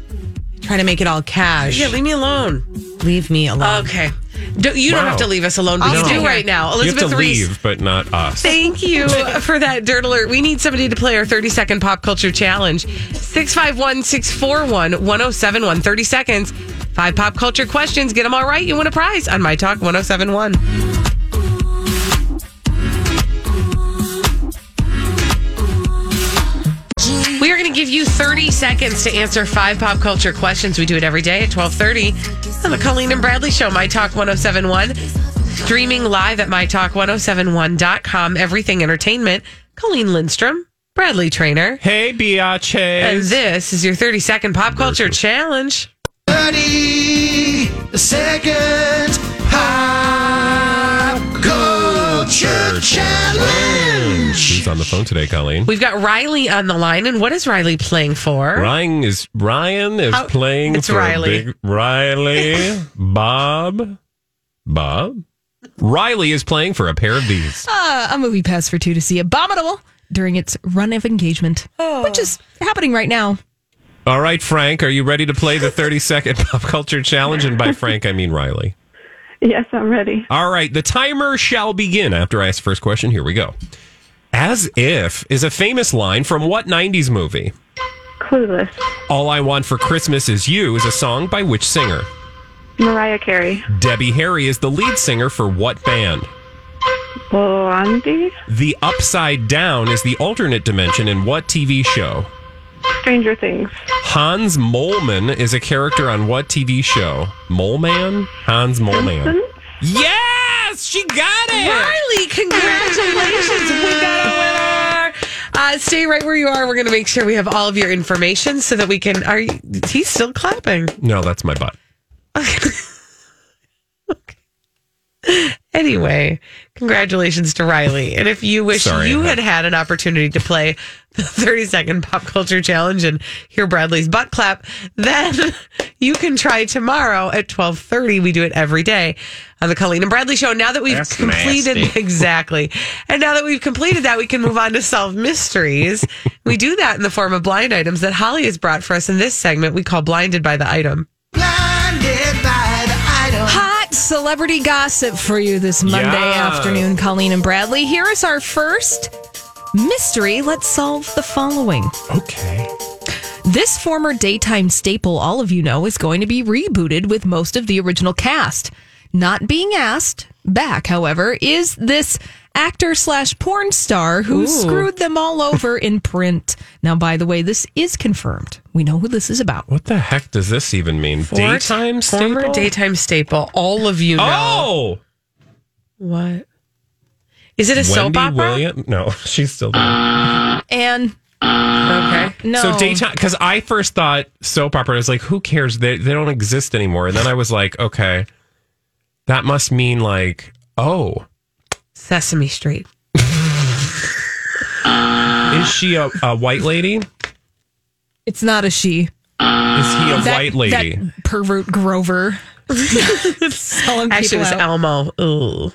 [SPEAKER 5] Try to make it all cash.
[SPEAKER 1] Yeah, leave me alone.
[SPEAKER 5] Leave me alone.
[SPEAKER 1] Okay. Do, you don't
[SPEAKER 2] Wow.
[SPEAKER 1] have to leave us alone, but
[SPEAKER 5] No.
[SPEAKER 1] you do right now.
[SPEAKER 2] you
[SPEAKER 1] Elizabeth
[SPEAKER 2] have to
[SPEAKER 1] Reese.
[SPEAKER 2] leave, but not us.
[SPEAKER 1] Thank you for that dirt alert. We need somebody to play our 30 second pop culture challenge. 651 641 1071. 30 seconds. Five pop culture questions. Get them all right. You win a prize on My Talk 1071. We are going to give you 30 seconds to answer five pop culture questions. We do it every day at 1230 on the Colleen and Bradley Show, My Talk 1071. Streaming live at mytalk1071.com. Everything Entertainment. Colleen Lindstrom, Bradley Trainer.
[SPEAKER 2] Hey,
[SPEAKER 1] And
[SPEAKER 2] Biaches.
[SPEAKER 1] this is your 30 second pop culture challenge.
[SPEAKER 12] 30 seconds pop culture challenge.
[SPEAKER 2] Who's on the phone today, Colleen?
[SPEAKER 1] We've got Riley on the line. And what is Riley playing for?
[SPEAKER 2] Ryan is Ryan is
[SPEAKER 1] How-
[SPEAKER 2] playing
[SPEAKER 1] It's
[SPEAKER 2] for
[SPEAKER 1] Riley.
[SPEAKER 2] Big, Riley, Bob, Bob. Riley is playing for a pair of these.
[SPEAKER 3] Uh, a movie pass for two to see Abominable during its run of engagement, which is happening right now.
[SPEAKER 2] All right, Frank, are you ready to play the 30 second pop culture challenge? And by Frank, I mean Riley.
[SPEAKER 13] Yes, I'm ready.
[SPEAKER 2] All right, the timer shall begin after I ask the first question. Here we go. As if is a famous line from what 90s movie?
[SPEAKER 13] Clueless.
[SPEAKER 2] All I Want for Christmas Is You is a song by which singer?
[SPEAKER 13] Mariah Carey.
[SPEAKER 2] Debbie Harry is the lead singer for what band?
[SPEAKER 13] Blondie.
[SPEAKER 2] The Upside Down is the alternate dimension in what TV show?
[SPEAKER 13] Stranger Things.
[SPEAKER 2] Hans Moleman is a character on what TV show? Moleman? Hans Moleman. Yes! She got it!
[SPEAKER 1] Riley, congratulations. We got a winner. Uh, stay right where you are. We're going to make sure we have all of your information so that we can. Are you, he's still clapping?
[SPEAKER 2] No, that's my butt.
[SPEAKER 1] Anyway, congratulations to Riley. And if you wish
[SPEAKER 2] Sorry,
[SPEAKER 1] you
[SPEAKER 2] I-
[SPEAKER 1] had had an opportunity to play the 30 second pop culture challenge and hear Bradley's butt clap, then you can try tomorrow at 12:30. We do it every day on the Colleen and Bradley show. Now that we've
[SPEAKER 4] That's
[SPEAKER 1] completed
[SPEAKER 4] nasty.
[SPEAKER 1] exactly. And now that we've completed that, we can move on to solve mysteries. we do that in the form of blind items that Holly has brought for us in this segment we call blinded by the item.
[SPEAKER 4] Blinded by the item.
[SPEAKER 3] Hot celebrity gossip for you this Monday
[SPEAKER 2] Yes.
[SPEAKER 3] afternoon, Colleen and Bradley. Here is our first mystery. Let's solve the following.
[SPEAKER 2] Okay.
[SPEAKER 3] This former daytime staple, all of you know, is going to be rebooted with most of the original cast. Not being asked back, however, is this actor slash porn star who
[SPEAKER 14] Ooh.
[SPEAKER 3] screwed them all over in print. Now, by the way, this is confirmed. We know who this is about.
[SPEAKER 2] What the heck does this even mean? Daytime
[SPEAKER 1] former
[SPEAKER 2] staple?
[SPEAKER 1] daytime staple. All of you know.
[SPEAKER 2] Oh!
[SPEAKER 1] What? Is it a soap opera?
[SPEAKER 2] William? No, she's still there.
[SPEAKER 3] And
[SPEAKER 1] okay,
[SPEAKER 3] no.
[SPEAKER 2] So daytime, because I first thought soap opera I was like, who cares? They they don't exist anymore. And then I was like, okay, that must mean like, oh,
[SPEAKER 1] Sesame Street.
[SPEAKER 2] is she a, a white lady? Is
[SPEAKER 3] It's not a she.
[SPEAKER 2] he a
[SPEAKER 3] That-
[SPEAKER 2] white lady?
[SPEAKER 3] that pervert Grover. Selling
[SPEAKER 1] Actually, it
[SPEAKER 3] people
[SPEAKER 1] was
[SPEAKER 3] out.
[SPEAKER 1] Elmo. Ooh.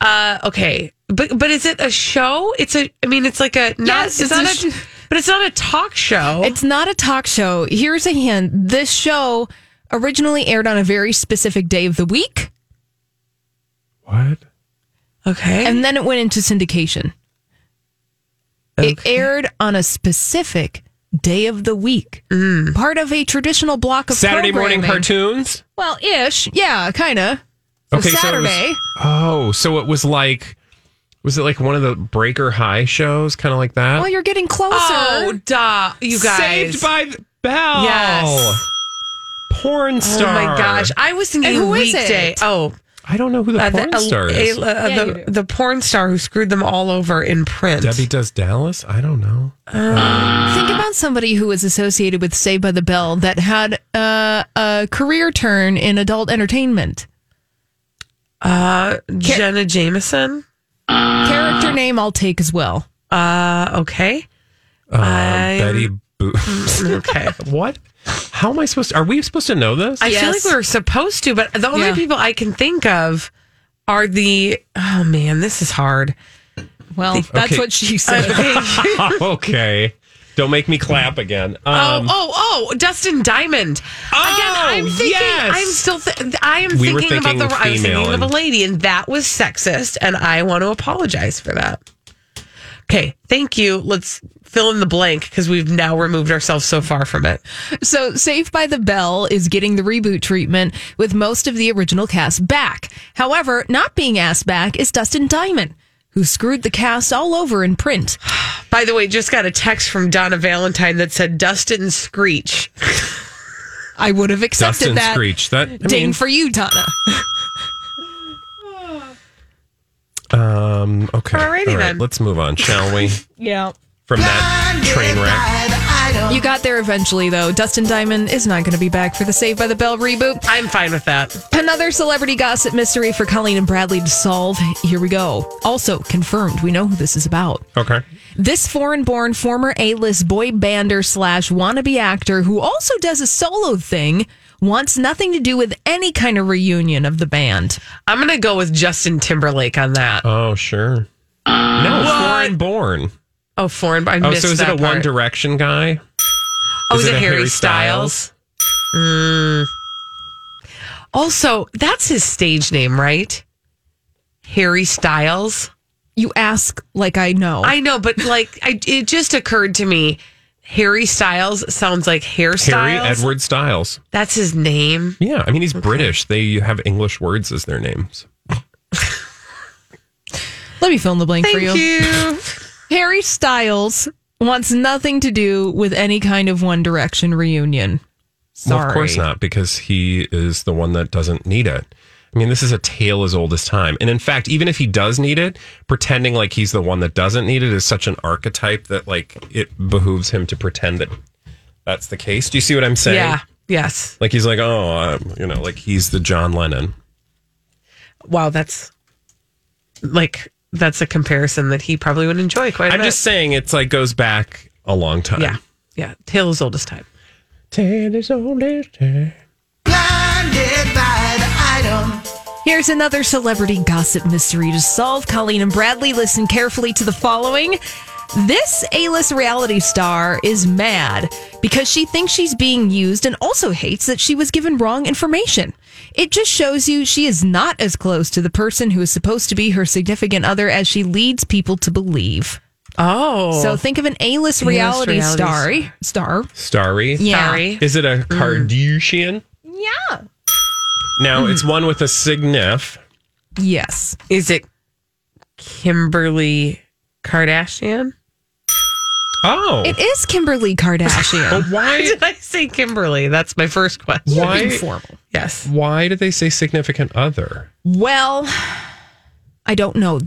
[SPEAKER 1] Uh, okay, but but is it a show? It's a. I mean, it's like a not.
[SPEAKER 3] Yes,
[SPEAKER 1] it's
[SPEAKER 3] it's a
[SPEAKER 1] not a.
[SPEAKER 3] sh-
[SPEAKER 1] but it's not a talk show.
[SPEAKER 3] It's not a talk show. Here's a hint. This show originally aired on a very specific day of the week,
[SPEAKER 2] What?
[SPEAKER 1] Okay.
[SPEAKER 3] and then it went into syndication. It aired on a specific day of the week,
[SPEAKER 1] Mm.
[SPEAKER 3] part of a traditional block of
[SPEAKER 2] Saturday morning
[SPEAKER 3] programming.
[SPEAKER 2] cartoons.
[SPEAKER 3] Well, ish, yeah, kind of. So
[SPEAKER 2] So it
[SPEAKER 3] Saturday.
[SPEAKER 2] was, oh, so it was like, was it like one of the Breaker High shows, kind of like that?
[SPEAKER 3] well, you're getting closer.
[SPEAKER 1] Oh, duh, you guys.
[SPEAKER 2] Saved by the Bell.
[SPEAKER 1] Yes.
[SPEAKER 2] Porn star.
[SPEAKER 1] Oh my gosh! I was thinking
[SPEAKER 3] And who is
[SPEAKER 1] weekday.
[SPEAKER 3] it?
[SPEAKER 1] Oh,
[SPEAKER 2] I don't know who the
[SPEAKER 1] uh,
[SPEAKER 2] porn
[SPEAKER 1] uh,
[SPEAKER 2] star
[SPEAKER 1] a-
[SPEAKER 2] is.
[SPEAKER 1] uh, uh,
[SPEAKER 3] Yeah,
[SPEAKER 1] the, the porn star who screwed them all over in print.
[SPEAKER 2] Debbie does Dallas. I don't know. Uh.
[SPEAKER 3] Think about somebody who was associated with Saved by the Bell that had uh, a career turn in adult entertainment.
[SPEAKER 1] Uh, Jenna Jameson.
[SPEAKER 3] Character name I'll take as well.
[SPEAKER 1] Uh, okay.
[SPEAKER 2] Uh,
[SPEAKER 1] I'm- Mm,
[SPEAKER 2] Betty Boo.
[SPEAKER 1] Okay.
[SPEAKER 2] what? How am I supposed to? Are we supposed to know this?
[SPEAKER 1] I feel like we were supposed to, but the only
[SPEAKER 3] Yeah.
[SPEAKER 1] people I can think of are the. Oh man, this is hard.
[SPEAKER 3] Well, that's what she said.
[SPEAKER 2] okay. Don't make me clap again. Um,
[SPEAKER 1] oh, oh, oh, Dustin Diamond. Again, I'm
[SPEAKER 2] Oh,
[SPEAKER 1] thinking.
[SPEAKER 2] yes.
[SPEAKER 1] I'm still. Th- I am
[SPEAKER 2] We were
[SPEAKER 1] thinking,
[SPEAKER 2] thinking
[SPEAKER 1] about the. I was
[SPEAKER 2] female
[SPEAKER 1] thinking of
[SPEAKER 2] and-
[SPEAKER 1] a lady, and that was sexist, and I want to apologize for that. Okay, thank you. Let's fill in the blank because we've now removed ourselves so far from it.
[SPEAKER 3] So, Saved by the Bell is getting the reboot treatment with most of the original cast back. However, not being asked back is Dustin Diamond, who screwed the cast all over in print.
[SPEAKER 1] By the way, just got a text from Donna Valentine that said Dustin Screech.
[SPEAKER 3] I would have accepted
[SPEAKER 2] Dustin
[SPEAKER 3] that.
[SPEAKER 2] Screech. That I
[SPEAKER 3] Ding
[SPEAKER 2] mean,
[SPEAKER 3] for you, Donna.
[SPEAKER 2] um, okay.
[SPEAKER 3] Alrighty
[SPEAKER 2] All right,
[SPEAKER 3] then.
[SPEAKER 2] Let's move on, shall we?
[SPEAKER 3] Yeah.
[SPEAKER 2] From that train wreck.
[SPEAKER 3] You got there eventually, though. Dustin Diamond is not going to be back for the Saved by the Bell reboot.
[SPEAKER 1] I'm fine with that.
[SPEAKER 3] Another celebrity gossip mystery for Colleen and Bradley to solve. Here we go. Also confirmed, we know who this is about.
[SPEAKER 2] Okay.
[SPEAKER 3] This foreign born former A list boy bander slash wannabe actor who also does a solo thing wants nothing to do with any kind of reunion of the band.
[SPEAKER 1] I'm gonna go with Justin Timberlake on that.
[SPEAKER 2] Oh, sure. No,
[SPEAKER 1] What?
[SPEAKER 2] foreign born.
[SPEAKER 1] Oh, foreign. I
[SPEAKER 2] Oh,
[SPEAKER 1] missed
[SPEAKER 2] so is it
[SPEAKER 1] that
[SPEAKER 2] a One
[SPEAKER 1] part.
[SPEAKER 2] Direction guy?
[SPEAKER 1] Oh,
[SPEAKER 2] Is
[SPEAKER 1] is,
[SPEAKER 2] it
[SPEAKER 1] it,
[SPEAKER 2] a
[SPEAKER 1] Harry,
[SPEAKER 2] Harry
[SPEAKER 1] Styles?
[SPEAKER 2] Styles?
[SPEAKER 1] Mm. Also, that's his stage name, right? Harry Styles.
[SPEAKER 3] You ask like I know.
[SPEAKER 1] I know, but like, I, it just occurred to me, Harry Styles sounds like hairstyles.
[SPEAKER 2] Harry Edward Styles.
[SPEAKER 1] That's his name.
[SPEAKER 2] Yeah, I mean he's British. They have English words as their names.
[SPEAKER 3] Let me fill in the blank for
[SPEAKER 1] Thank
[SPEAKER 3] you.
[SPEAKER 1] you.
[SPEAKER 3] Harry Styles wants nothing to do with any kind of One Direction reunion. Sorry.
[SPEAKER 2] Well, of course not, because he is the one that doesn't need it. I mean, this is a tale as old as time. And in fact, even if he does need it, pretending like he's the one that doesn't need it is such an archetype that like it behooves him to pretend that that's the case. Do you see what I'm saying?
[SPEAKER 1] Yeah. Yes.
[SPEAKER 2] Like he's like, oh, um, you know, like he's the John Lennon.
[SPEAKER 1] Wow. That's like that's a comparison that he probably would enjoy quite a
[SPEAKER 2] I'm
[SPEAKER 1] bit.
[SPEAKER 2] just saying, it's like goes back a long time.
[SPEAKER 1] yeah. Yeah. Tale as old as time.
[SPEAKER 2] Tale as old as time.
[SPEAKER 3] Here's another celebrity gossip mystery to solve. Colleen and Bradley, listen carefully to the following. This A list reality star is mad because she thinks she's being used and also hates that she was given wrong information. It just shows you she is not as close to the person who is supposed to be her significant other as she leads people to believe.
[SPEAKER 1] Oh.
[SPEAKER 3] So think of an A list
[SPEAKER 1] A-list
[SPEAKER 3] reality,
[SPEAKER 1] reality
[SPEAKER 3] star. Star.
[SPEAKER 2] Starry.
[SPEAKER 3] Yeah. Mm.
[SPEAKER 1] Sorry.
[SPEAKER 2] Is it a Kardashian?
[SPEAKER 3] Yeah. Mm.
[SPEAKER 2] Now, it's one with a signif.
[SPEAKER 3] Yes.
[SPEAKER 1] Is it Kimberly Kardashian.
[SPEAKER 2] Oh.
[SPEAKER 3] It is Kimberly Kardashian.
[SPEAKER 2] But why
[SPEAKER 1] did I say Kimberly? That's my first question.
[SPEAKER 2] Why
[SPEAKER 3] informal?
[SPEAKER 1] Yes.
[SPEAKER 2] Why did they say significant other?
[SPEAKER 3] Well, I don't know,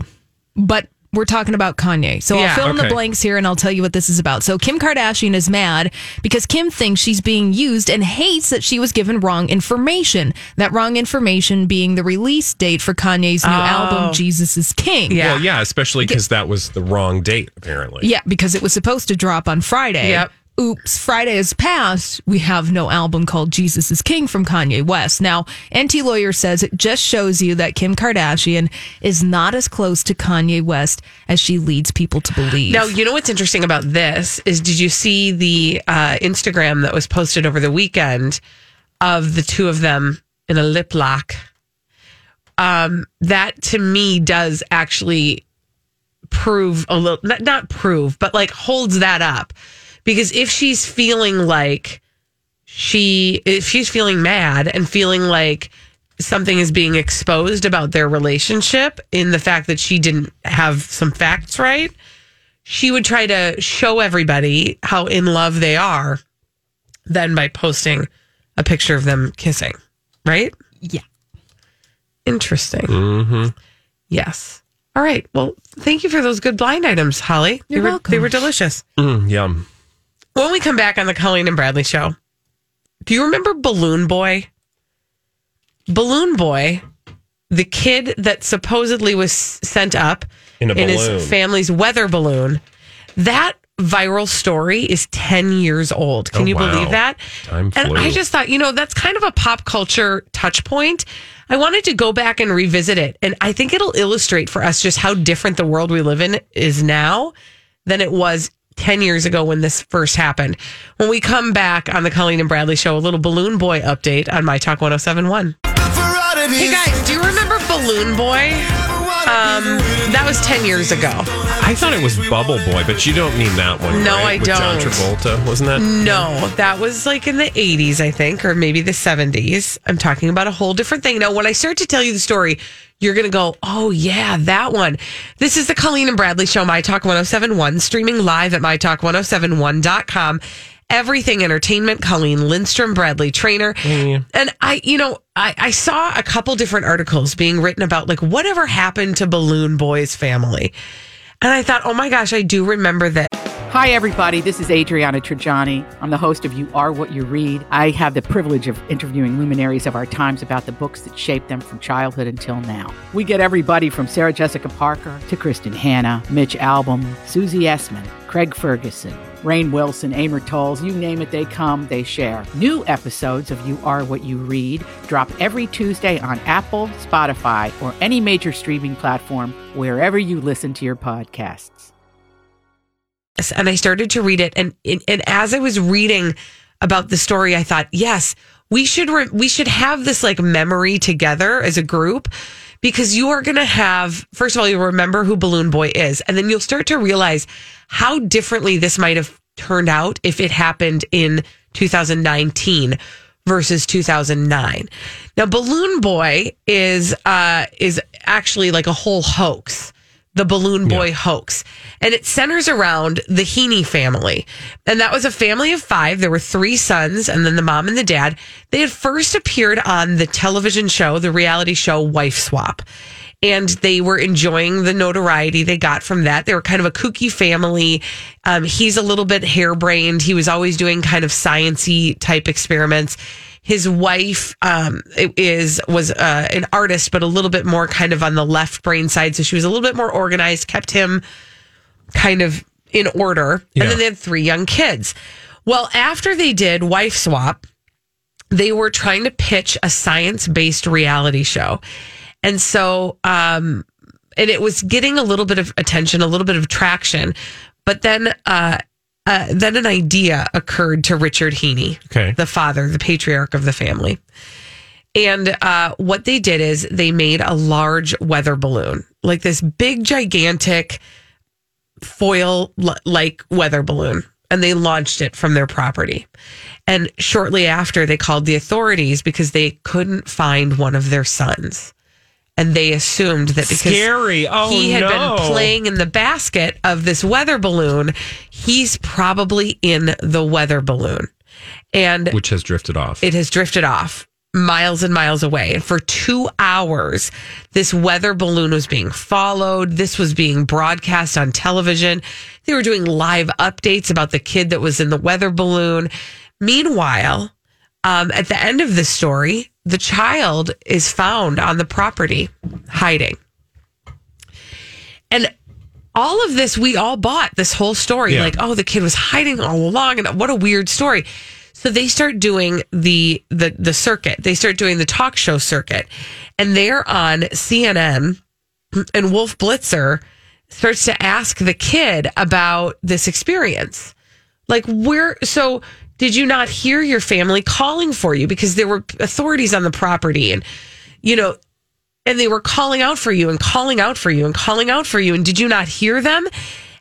[SPEAKER 3] but we're talking about Kanye. So
[SPEAKER 2] Yeah.
[SPEAKER 3] I'll fill in the
[SPEAKER 2] Okay.
[SPEAKER 3] blanks here and I'll tell you what this is about. So Kim Kardashian is mad because Kim thinks she's being used and hates that she was given wrong information. That wrong information being the release date for Kanye's new
[SPEAKER 2] Oh.
[SPEAKER 3] album, Jesus is King.
[SPEAKER 2] Well, yeah, especially because that was the wrong date, apparently.
[SPEAKER 3] Yeah, because it was supposed to drop on Friday.
[SPEAKER 2] Yep.
[SPEAKER 3] Oops, Friday is past. We have no album called Jesus is King from Kanye West. Now, NT Lawyer says it just shows you that Kim Kardashian is not as close to Kanye West as she leads people to believe.
[SPEAKER 1] Now, you know what's interesting about this is did you see the uh, Instagram that was posted over the weekend of the two of them in a lip lock? Um, that to me does actually prove a little, not, not prove, but like holds that up. Because if she's feeling like she, if she's feeling mad and feeling like something is being exposed about their relationship in the fact that she didn't have some facts right, she would try to show everybody how in love they are then by posting a picture of them kissing, right?
[SPEAKER 3] Yeah.
[SPEAKER 1] Interesting.
[SPEAKER 2] Mm-hmm.
[SPEAKER 1] Yes. All right. Well, thank you for those good blind items, Holly. they
[SPEAKER 3] You're
[SPEAKER 1] were,
[SPEAKER 3] welcome.
[SPEAKER 1] They were delicious.
[SPEAKER 2] Mm, yum.
[SPEAKER 1] When we come back on the Colleen and Bradley show, do you remember Balloon Boy? Balloon Boy, the kid that supposedly was sent up
[SPEAKER 2] In a balloon.
[SPEAKER 1] his family's weather balloon. That viral story is 10 years old. Can
[SPEAKER 2] Oh,
[SPEAKER 1] you
[SPEAKER 2] wow.
[SPEAKER 1] believe that?
[SPEAKER 2] Time
[SPEAKER 1] and
[SPEAKER 2] flew.
[SPEAKER 1] I just thought, you know, that's kind of a pop culture touch point. I wanted to go back and revisit it. And I think it'll illustrate for us just how different the world we live in is now than it was 10 years ago when this first happened. When we come back on the Colleen and Bradley show, a little Balloon Boy update on My Talk 1071. Hey guys, do you remember Balloon Boy? Um, that was 10 years ago.
[SPEAKER 2] I thought it was Bubble Boy, but you don't mean that one.
[SPEAKER 1] No,
[SPEAKER 2] right?
[SPEAKER 1] I
[SPEAKER 2] With John
[SPEAKER 1] don't.
[SPEAKER 2] Travolta, wasn't that?
[SPEAKER 1] No, that was like in the 80s, I think, or maybe the 70s. I'm talking about a whole different thing. Now, when I start to tell you the story, you're going to go, oh, yeah, that one. This is the Colleen and Bradley Show, My Talk 1071, streaming live at MyTalk1071.com. Everything entertainment, Colleen Lindstrom, Bradley Trainer. And I, you know, I, I saw a couple different articles being written about like whatever happened to Balloon Boy's family. And I thought, oh my gosh, I do remember that.
[SPEAKER 14] Hi, everybody. This is Adriana Trajani. I'm the host of You Are What You Read. I have the privilege of interviewing luminaries of our times about the books that shaped them from childhood until now. We get everybody from Sarah Jessica Parker to Kristen Hanna, Mitch Albom, Susie Essman, Craig Ferguson, Rain Wilson, Amor Tolls, you name it, they come, they share. New episodes of You Are What You Read drop every Tuesday on Apple, Spotify, or any major streaming platform wherever you listen to your podcasts.
[SPEAKER 1] Yes, and I started to read it, and and, and as I was reading about the story, I thought, yes, we should re- we should have this like memory together as a group because you are going to have first of all you'll remember who Balloon Boy is, and then you'll start to realize how differently this might have turned out if it happened in 2019 versus 2009. Now, Balloon Boy is uh, is actually like a whole hoax the balloon boy hoax and it centers around the heaney family and that was a family of five there were three sons and then the mom and the dad they had first appeared on the television show the reality show wife swap and they were enjoying the notoriety they got from that they were kind of a kooky family um, he's a little bit harebrained he was always doing kind of sciency type experiments his wife um, is was uh, an artist, but a little bit more kind of on the left brain side. So she was a little bit more organized, kept him kind of in order.
[SPEAKER 15] Yeah.
[SPEAKER 1] And then they had three young kids. Well, after they did wife swap, they were trying to pitch a science based reality show. And so, um, and it was getting a little bit of attention, a little bit of traction. But then, uh, uh, then an idea occurred to Richard Heaney,
[SPEAKER 2] Okay.
[SPEAKER 1] the father, the patriarch of the family. And uh, what they did is they made a large weather balloon, like this big, gigantic foil l- like weather balloon and they launched it from their property. And shortly after, they called the authorities because they couldn't find one of their sons. and they assumed that because
[SPEAKER 2] Scary. Oh,
[SPEAKER 1] he had
[SPEAKER 2] no.
[SPEAKER 1] been playing in the basket of this weather balloon, he's probably in the weather balloon. And
[SPEAKER 2] which has drifted off.
[SPEAKER 1] it has drifted off miles and miles away. And for two hours, this weather balloon was being followed. This was being broadcast on television. They were doing live updates about the kid that was in the weather balloon. Meanwhile, um, at the end of the story, the child is found on the property hiding. And all of this, we all bought this whole story.
[SPEAKER 2] Yeah.
[SPEAKER 1] Like, oh, the kid was hiding all along, and what a weird story. So they start doing the the the circuit. They start doing the talk show circuit, and they're on CNN. And Wolf Blitzer starts to ask the kid about this experience. Like, where? So, did you not hear your family calling for you because there were authorities on the property, and you know, and they were calling out for you and calling out for you and calling out for you. And did you not hear them?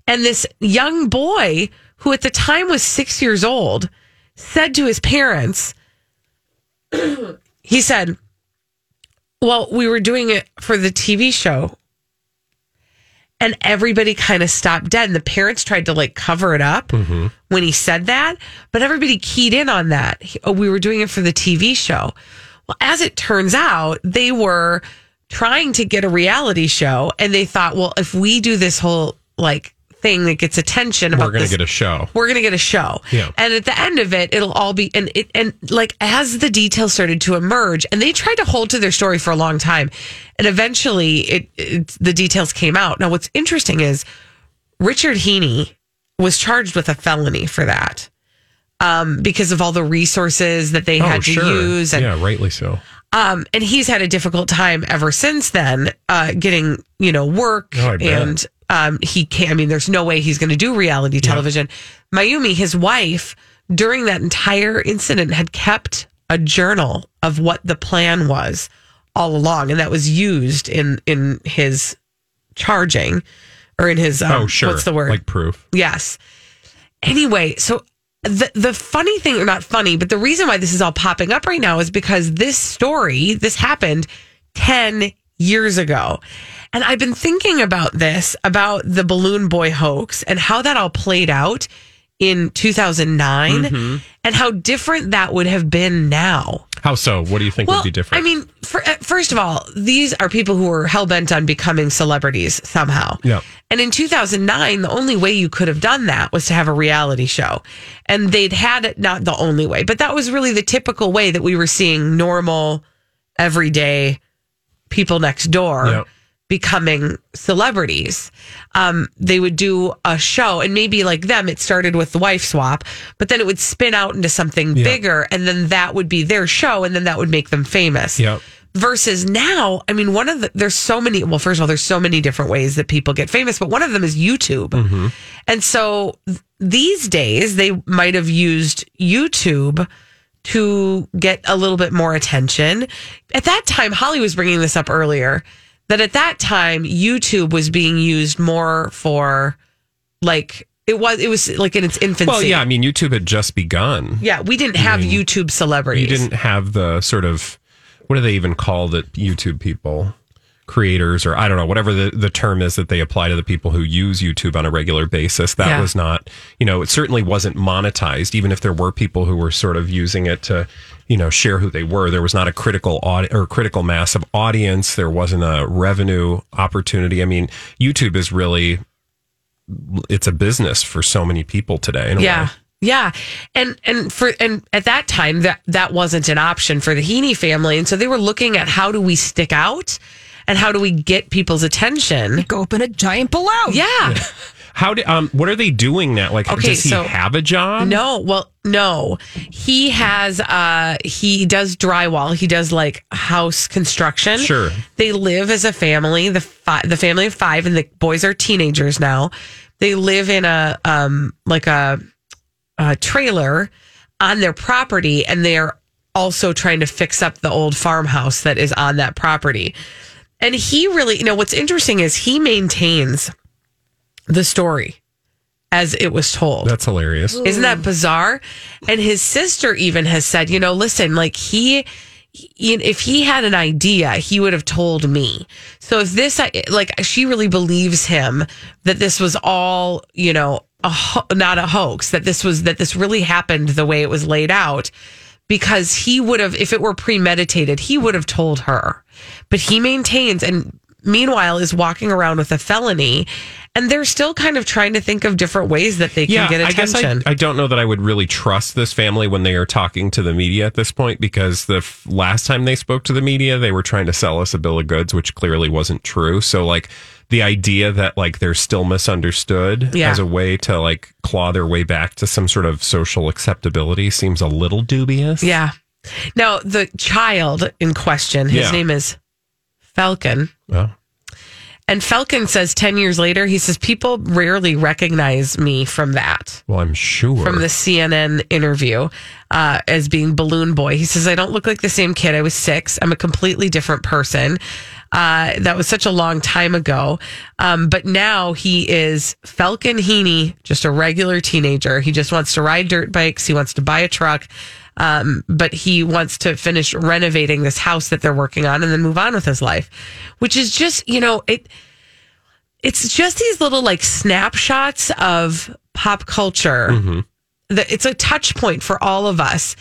[SPEAKER 1] And this young boy, who at the time was six years old, said to his parents, he said, Well, we were doing it for the TV show. And everybody kind of stopped dead. And the parents tried to like cover it up
[SPEAKER 2] Mm-hmm.
[SPEAKER 1] when he said that, but everybody keyed in on that. He- oh, we were doing it for the TV show. Well, as it turns out, they were trying to get a reality show and they thought, well, if we do this whole like thing that gets attention about
[SPEAKER 2] We're going to
[SPEAKER 1] this-
[SPEAKER 2] get a show.
[SPEAKER 1] we're gonna get a show.
[SPEAKER 2] Yeah.
[SPEAKER 1] And at the end of it, it'll all be and it and like as the details started to emerge, and they tried to hold to their story for a long time, and eventually it, it the details came out. Now, what's interesting is Richard Heaney was charged with a felony for that. Um, because of all the resources that they had to use and
[SPEAKER 2] Oh, yeah, rightly so.
[SPEAKER 1] um, and he's had a difficult time ever since then uh, getting you know work
[SPEAKER 2] Oh, I bet.
[SPEAKER 1] and um, he can't. I mean, there's no way he's going to do reality television. Mayumi, his wife, during that entire incident, had kept a journal of what the plan was all along, and that was used in in his charging or in his um,
[SPEAKER 2] oh, sure.
[SPEAKER 1] what's the word
[SPEAKER 2] Like proof.
[SPEAKER 1] Yes. Anyway, so the the funny thing, or not funny, but the reason why this is all popping up right now is because this story, this happened ten years ago. And I've been thinking about this, about the balloon boy hoax and how that all played out in 2009
[SPEAKER 2] Mm-hmm.
[SPEAKER 1] and how different that would have been now.
[SPEAKER 2] How so? What do you think would be
[SPEAKER 1] I
[SPEAKER 2] different?
[SPEAKER 1] mean, for, uh, first of all, these are people who are hell bent on becoming celebrities somehow.
[SPEAKER 2] Yeah.
[SPEAKER 1] And in 2009, the only way you could have done that was to have a reality show. And they'd had it, not the only way, but that was really the typical way that we were seeing normal, everyday people next door
[SPEAKER 2] Yep.
[SPEAKER 1] becoming celebrities. Um, they would do a show, and maybe like them, it started with the wife swap, but then it would spin out into something
[SPEAKER 2] Yeah.
[SPEAKER 1] bigger, and then that would be their show, and then that would make them famous.
[SPEAKER 2] Yep.
[SPEAKER 1] Versus now, I mean, one of the, there's so many, well, first of all, there's so many different ways that people get famous, but one of them is YouTube. And so th- these days, they might have used YouTube to get a little bit more attention. At that time, Holly was bringing this up earlier that at that time, YouTube was being used more for like, it was, it was like in its infancy.
[SPEAKER 2] well, yeah. I mean, YouTube had just begun.
[SPEAKER 1] Yeah, we didn't have YouTube celebrities.
[SPEAKER 2] You didn't have the sort of what do they even call the YouTube people? Creators, or I don't know, whatever the, the term is that they apply to the people who use YouTube on a regular basis. That
[SPEAKER 1] Yeah.
[SPEAKER 2] was not, you know, it certainly wasn't monetized, even if there were people who were sort of using it to, you know, share who they were. There was not a critical aud- or critical mass of audience. There wasn't a revenue opportunity. I mean, YouTube is really, it's a business for so many people today. In a
[SPEAKER 1] yeah
[SPEAKER 2] way.
[SPEAKER 1] yeah and and for and at that time that that wasn't an option for the heaney family and so they were looking at how do we stick out and how do we get people's attention
[SPEAKER 3] Go open a giant balloon.
[SPEAKER 1] yeah,
[SPEAKER 2] How do, um, what are they doing now? Like,
[SPEAKER 1] Okay,
[SPEAKER 2] does he
[SPEAKER 1] so-
[SPEAKER 2] have a job?
[SPEAKER 1] no well no he has uh he does drywall he does like house construction
[SPEAKER 2] Sure.
[SPEAKER 1] they live as a family the fi- the family of five and the boys are teenagers now they live in a um like a uh, trailer on their property and they're also trying to fix up the old farmhouse that is on that property. And he really, you know, what's interesting is he maintains the story as it was told.
[SPEAKER 2] That's hilarious.
[SPEAKER 1] Isn't that bizarre? And his sister even has said, you know, listen, like he he- if he had an idea, he would have told me. So if this, I- like, she really believes him that this was all, you know, a ho- not a hoax, that this was, that this really happened the way it was laid out, because he would have, if it were premeditated, he would have told her. But he maintains and meanwhile is walking around with a felony and they're still kind of trying to think of different ways that they can
[SPEAKER 2] yeah,
[SPEAKER 1] get
[SPEAKER 2] I
[SPEAKER 1] attention.
[SPEAKER 2] guess I, I don't know that I would really trust this family when they are talking to the media at this point because the f- last time they spoke to the media, they were trying to sell us a bill of goods, which clearly wasn't true. So, like, the idea that like they're still misunderstood
[SPEAKER 1] Yeah.
[SPEAKER 2] as a way to like claw their way back to some sort of social acceptability seems a little dubious.
[SPEAKER 1] Yeah. Now, the child in question, his
[SPEAKER 2] Yeah.
[SPEAKER 1] name is Falcon.
[SPEAKER 2] Well,
[SPEAKER 1] And Falcon says 10 years later, he says, people rarely recognize me from that,
[SPEAKER 2] well, I'm sure.
[SPEAKER 1] from the CNN interview uh, as being Balloon Boy. He says, I don't look like the same kid. I was six. I'm a completely different person. Uh, that was such a long time ago. Um, but now he is Falcon Heaney, just a regular teenager. He just wants to ride dirt bikes, he wants to buy a truck. Um, but he wants to finish renovating this house that they're working on and then move on with his life, which is just, you know, it it's just these little like snapshots of pop culture. that It's a touch point for all of us.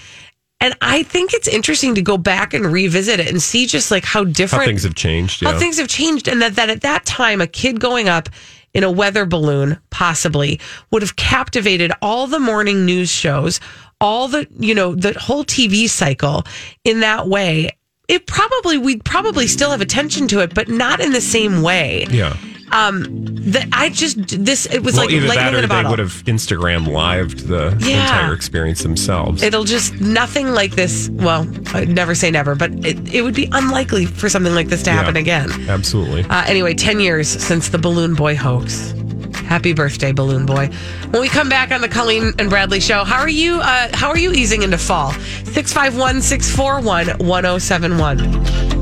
[SPEAKER 1] And I think it's interesting to go back and revisit it and see just like how different
[SPEAKER 2] how things have changed.
[SPEAKER 1] how
[SPEAKER 2] yeah.
[SPEAKER 1] things have changed and that, that at that time a kid going up in a weather balloon possibly would have captivated all the morning news shows all the you know the whole tv cycle in that way it probably we'd probably still have attention to it but not in the same way
[SPEAKER 2] yeah.
[SPEAKER 1] um that i just this it was
[SPEAKER 2] well,
[SPEAKER 1] like
[SPEAKER 2] either
[SPEAKER 1] lightning
[SPEAKER 2] that
[SPEAKER 1] in
[SPEAKER 2] or
[SPEAKER 1] a
[SPEAKER 2] they
[SPEAKER 1] bottle
[SPEAKER 2] would have Instagram lived the
[SPEAKER 1] Yeah.
[SPEAKER 2] entire experience themselves.
[SPEAKER 1] It'll just nothing like this. Well, I'd never say never, but it, it would be unlikely for something like this to happen
[SPEAKER 2] Yeah.
[SPEAKER 1] again.
[SPEAKER 2] Absolutely.
[SPEAKER 1] Uh, anyway, 10 years since the Balloon Boy hoax. Happy birthday, Balloon Boy. When we come back on the Colleen and Bradley show, how are you oh uh, how are you easing into fall? 651 641 1071.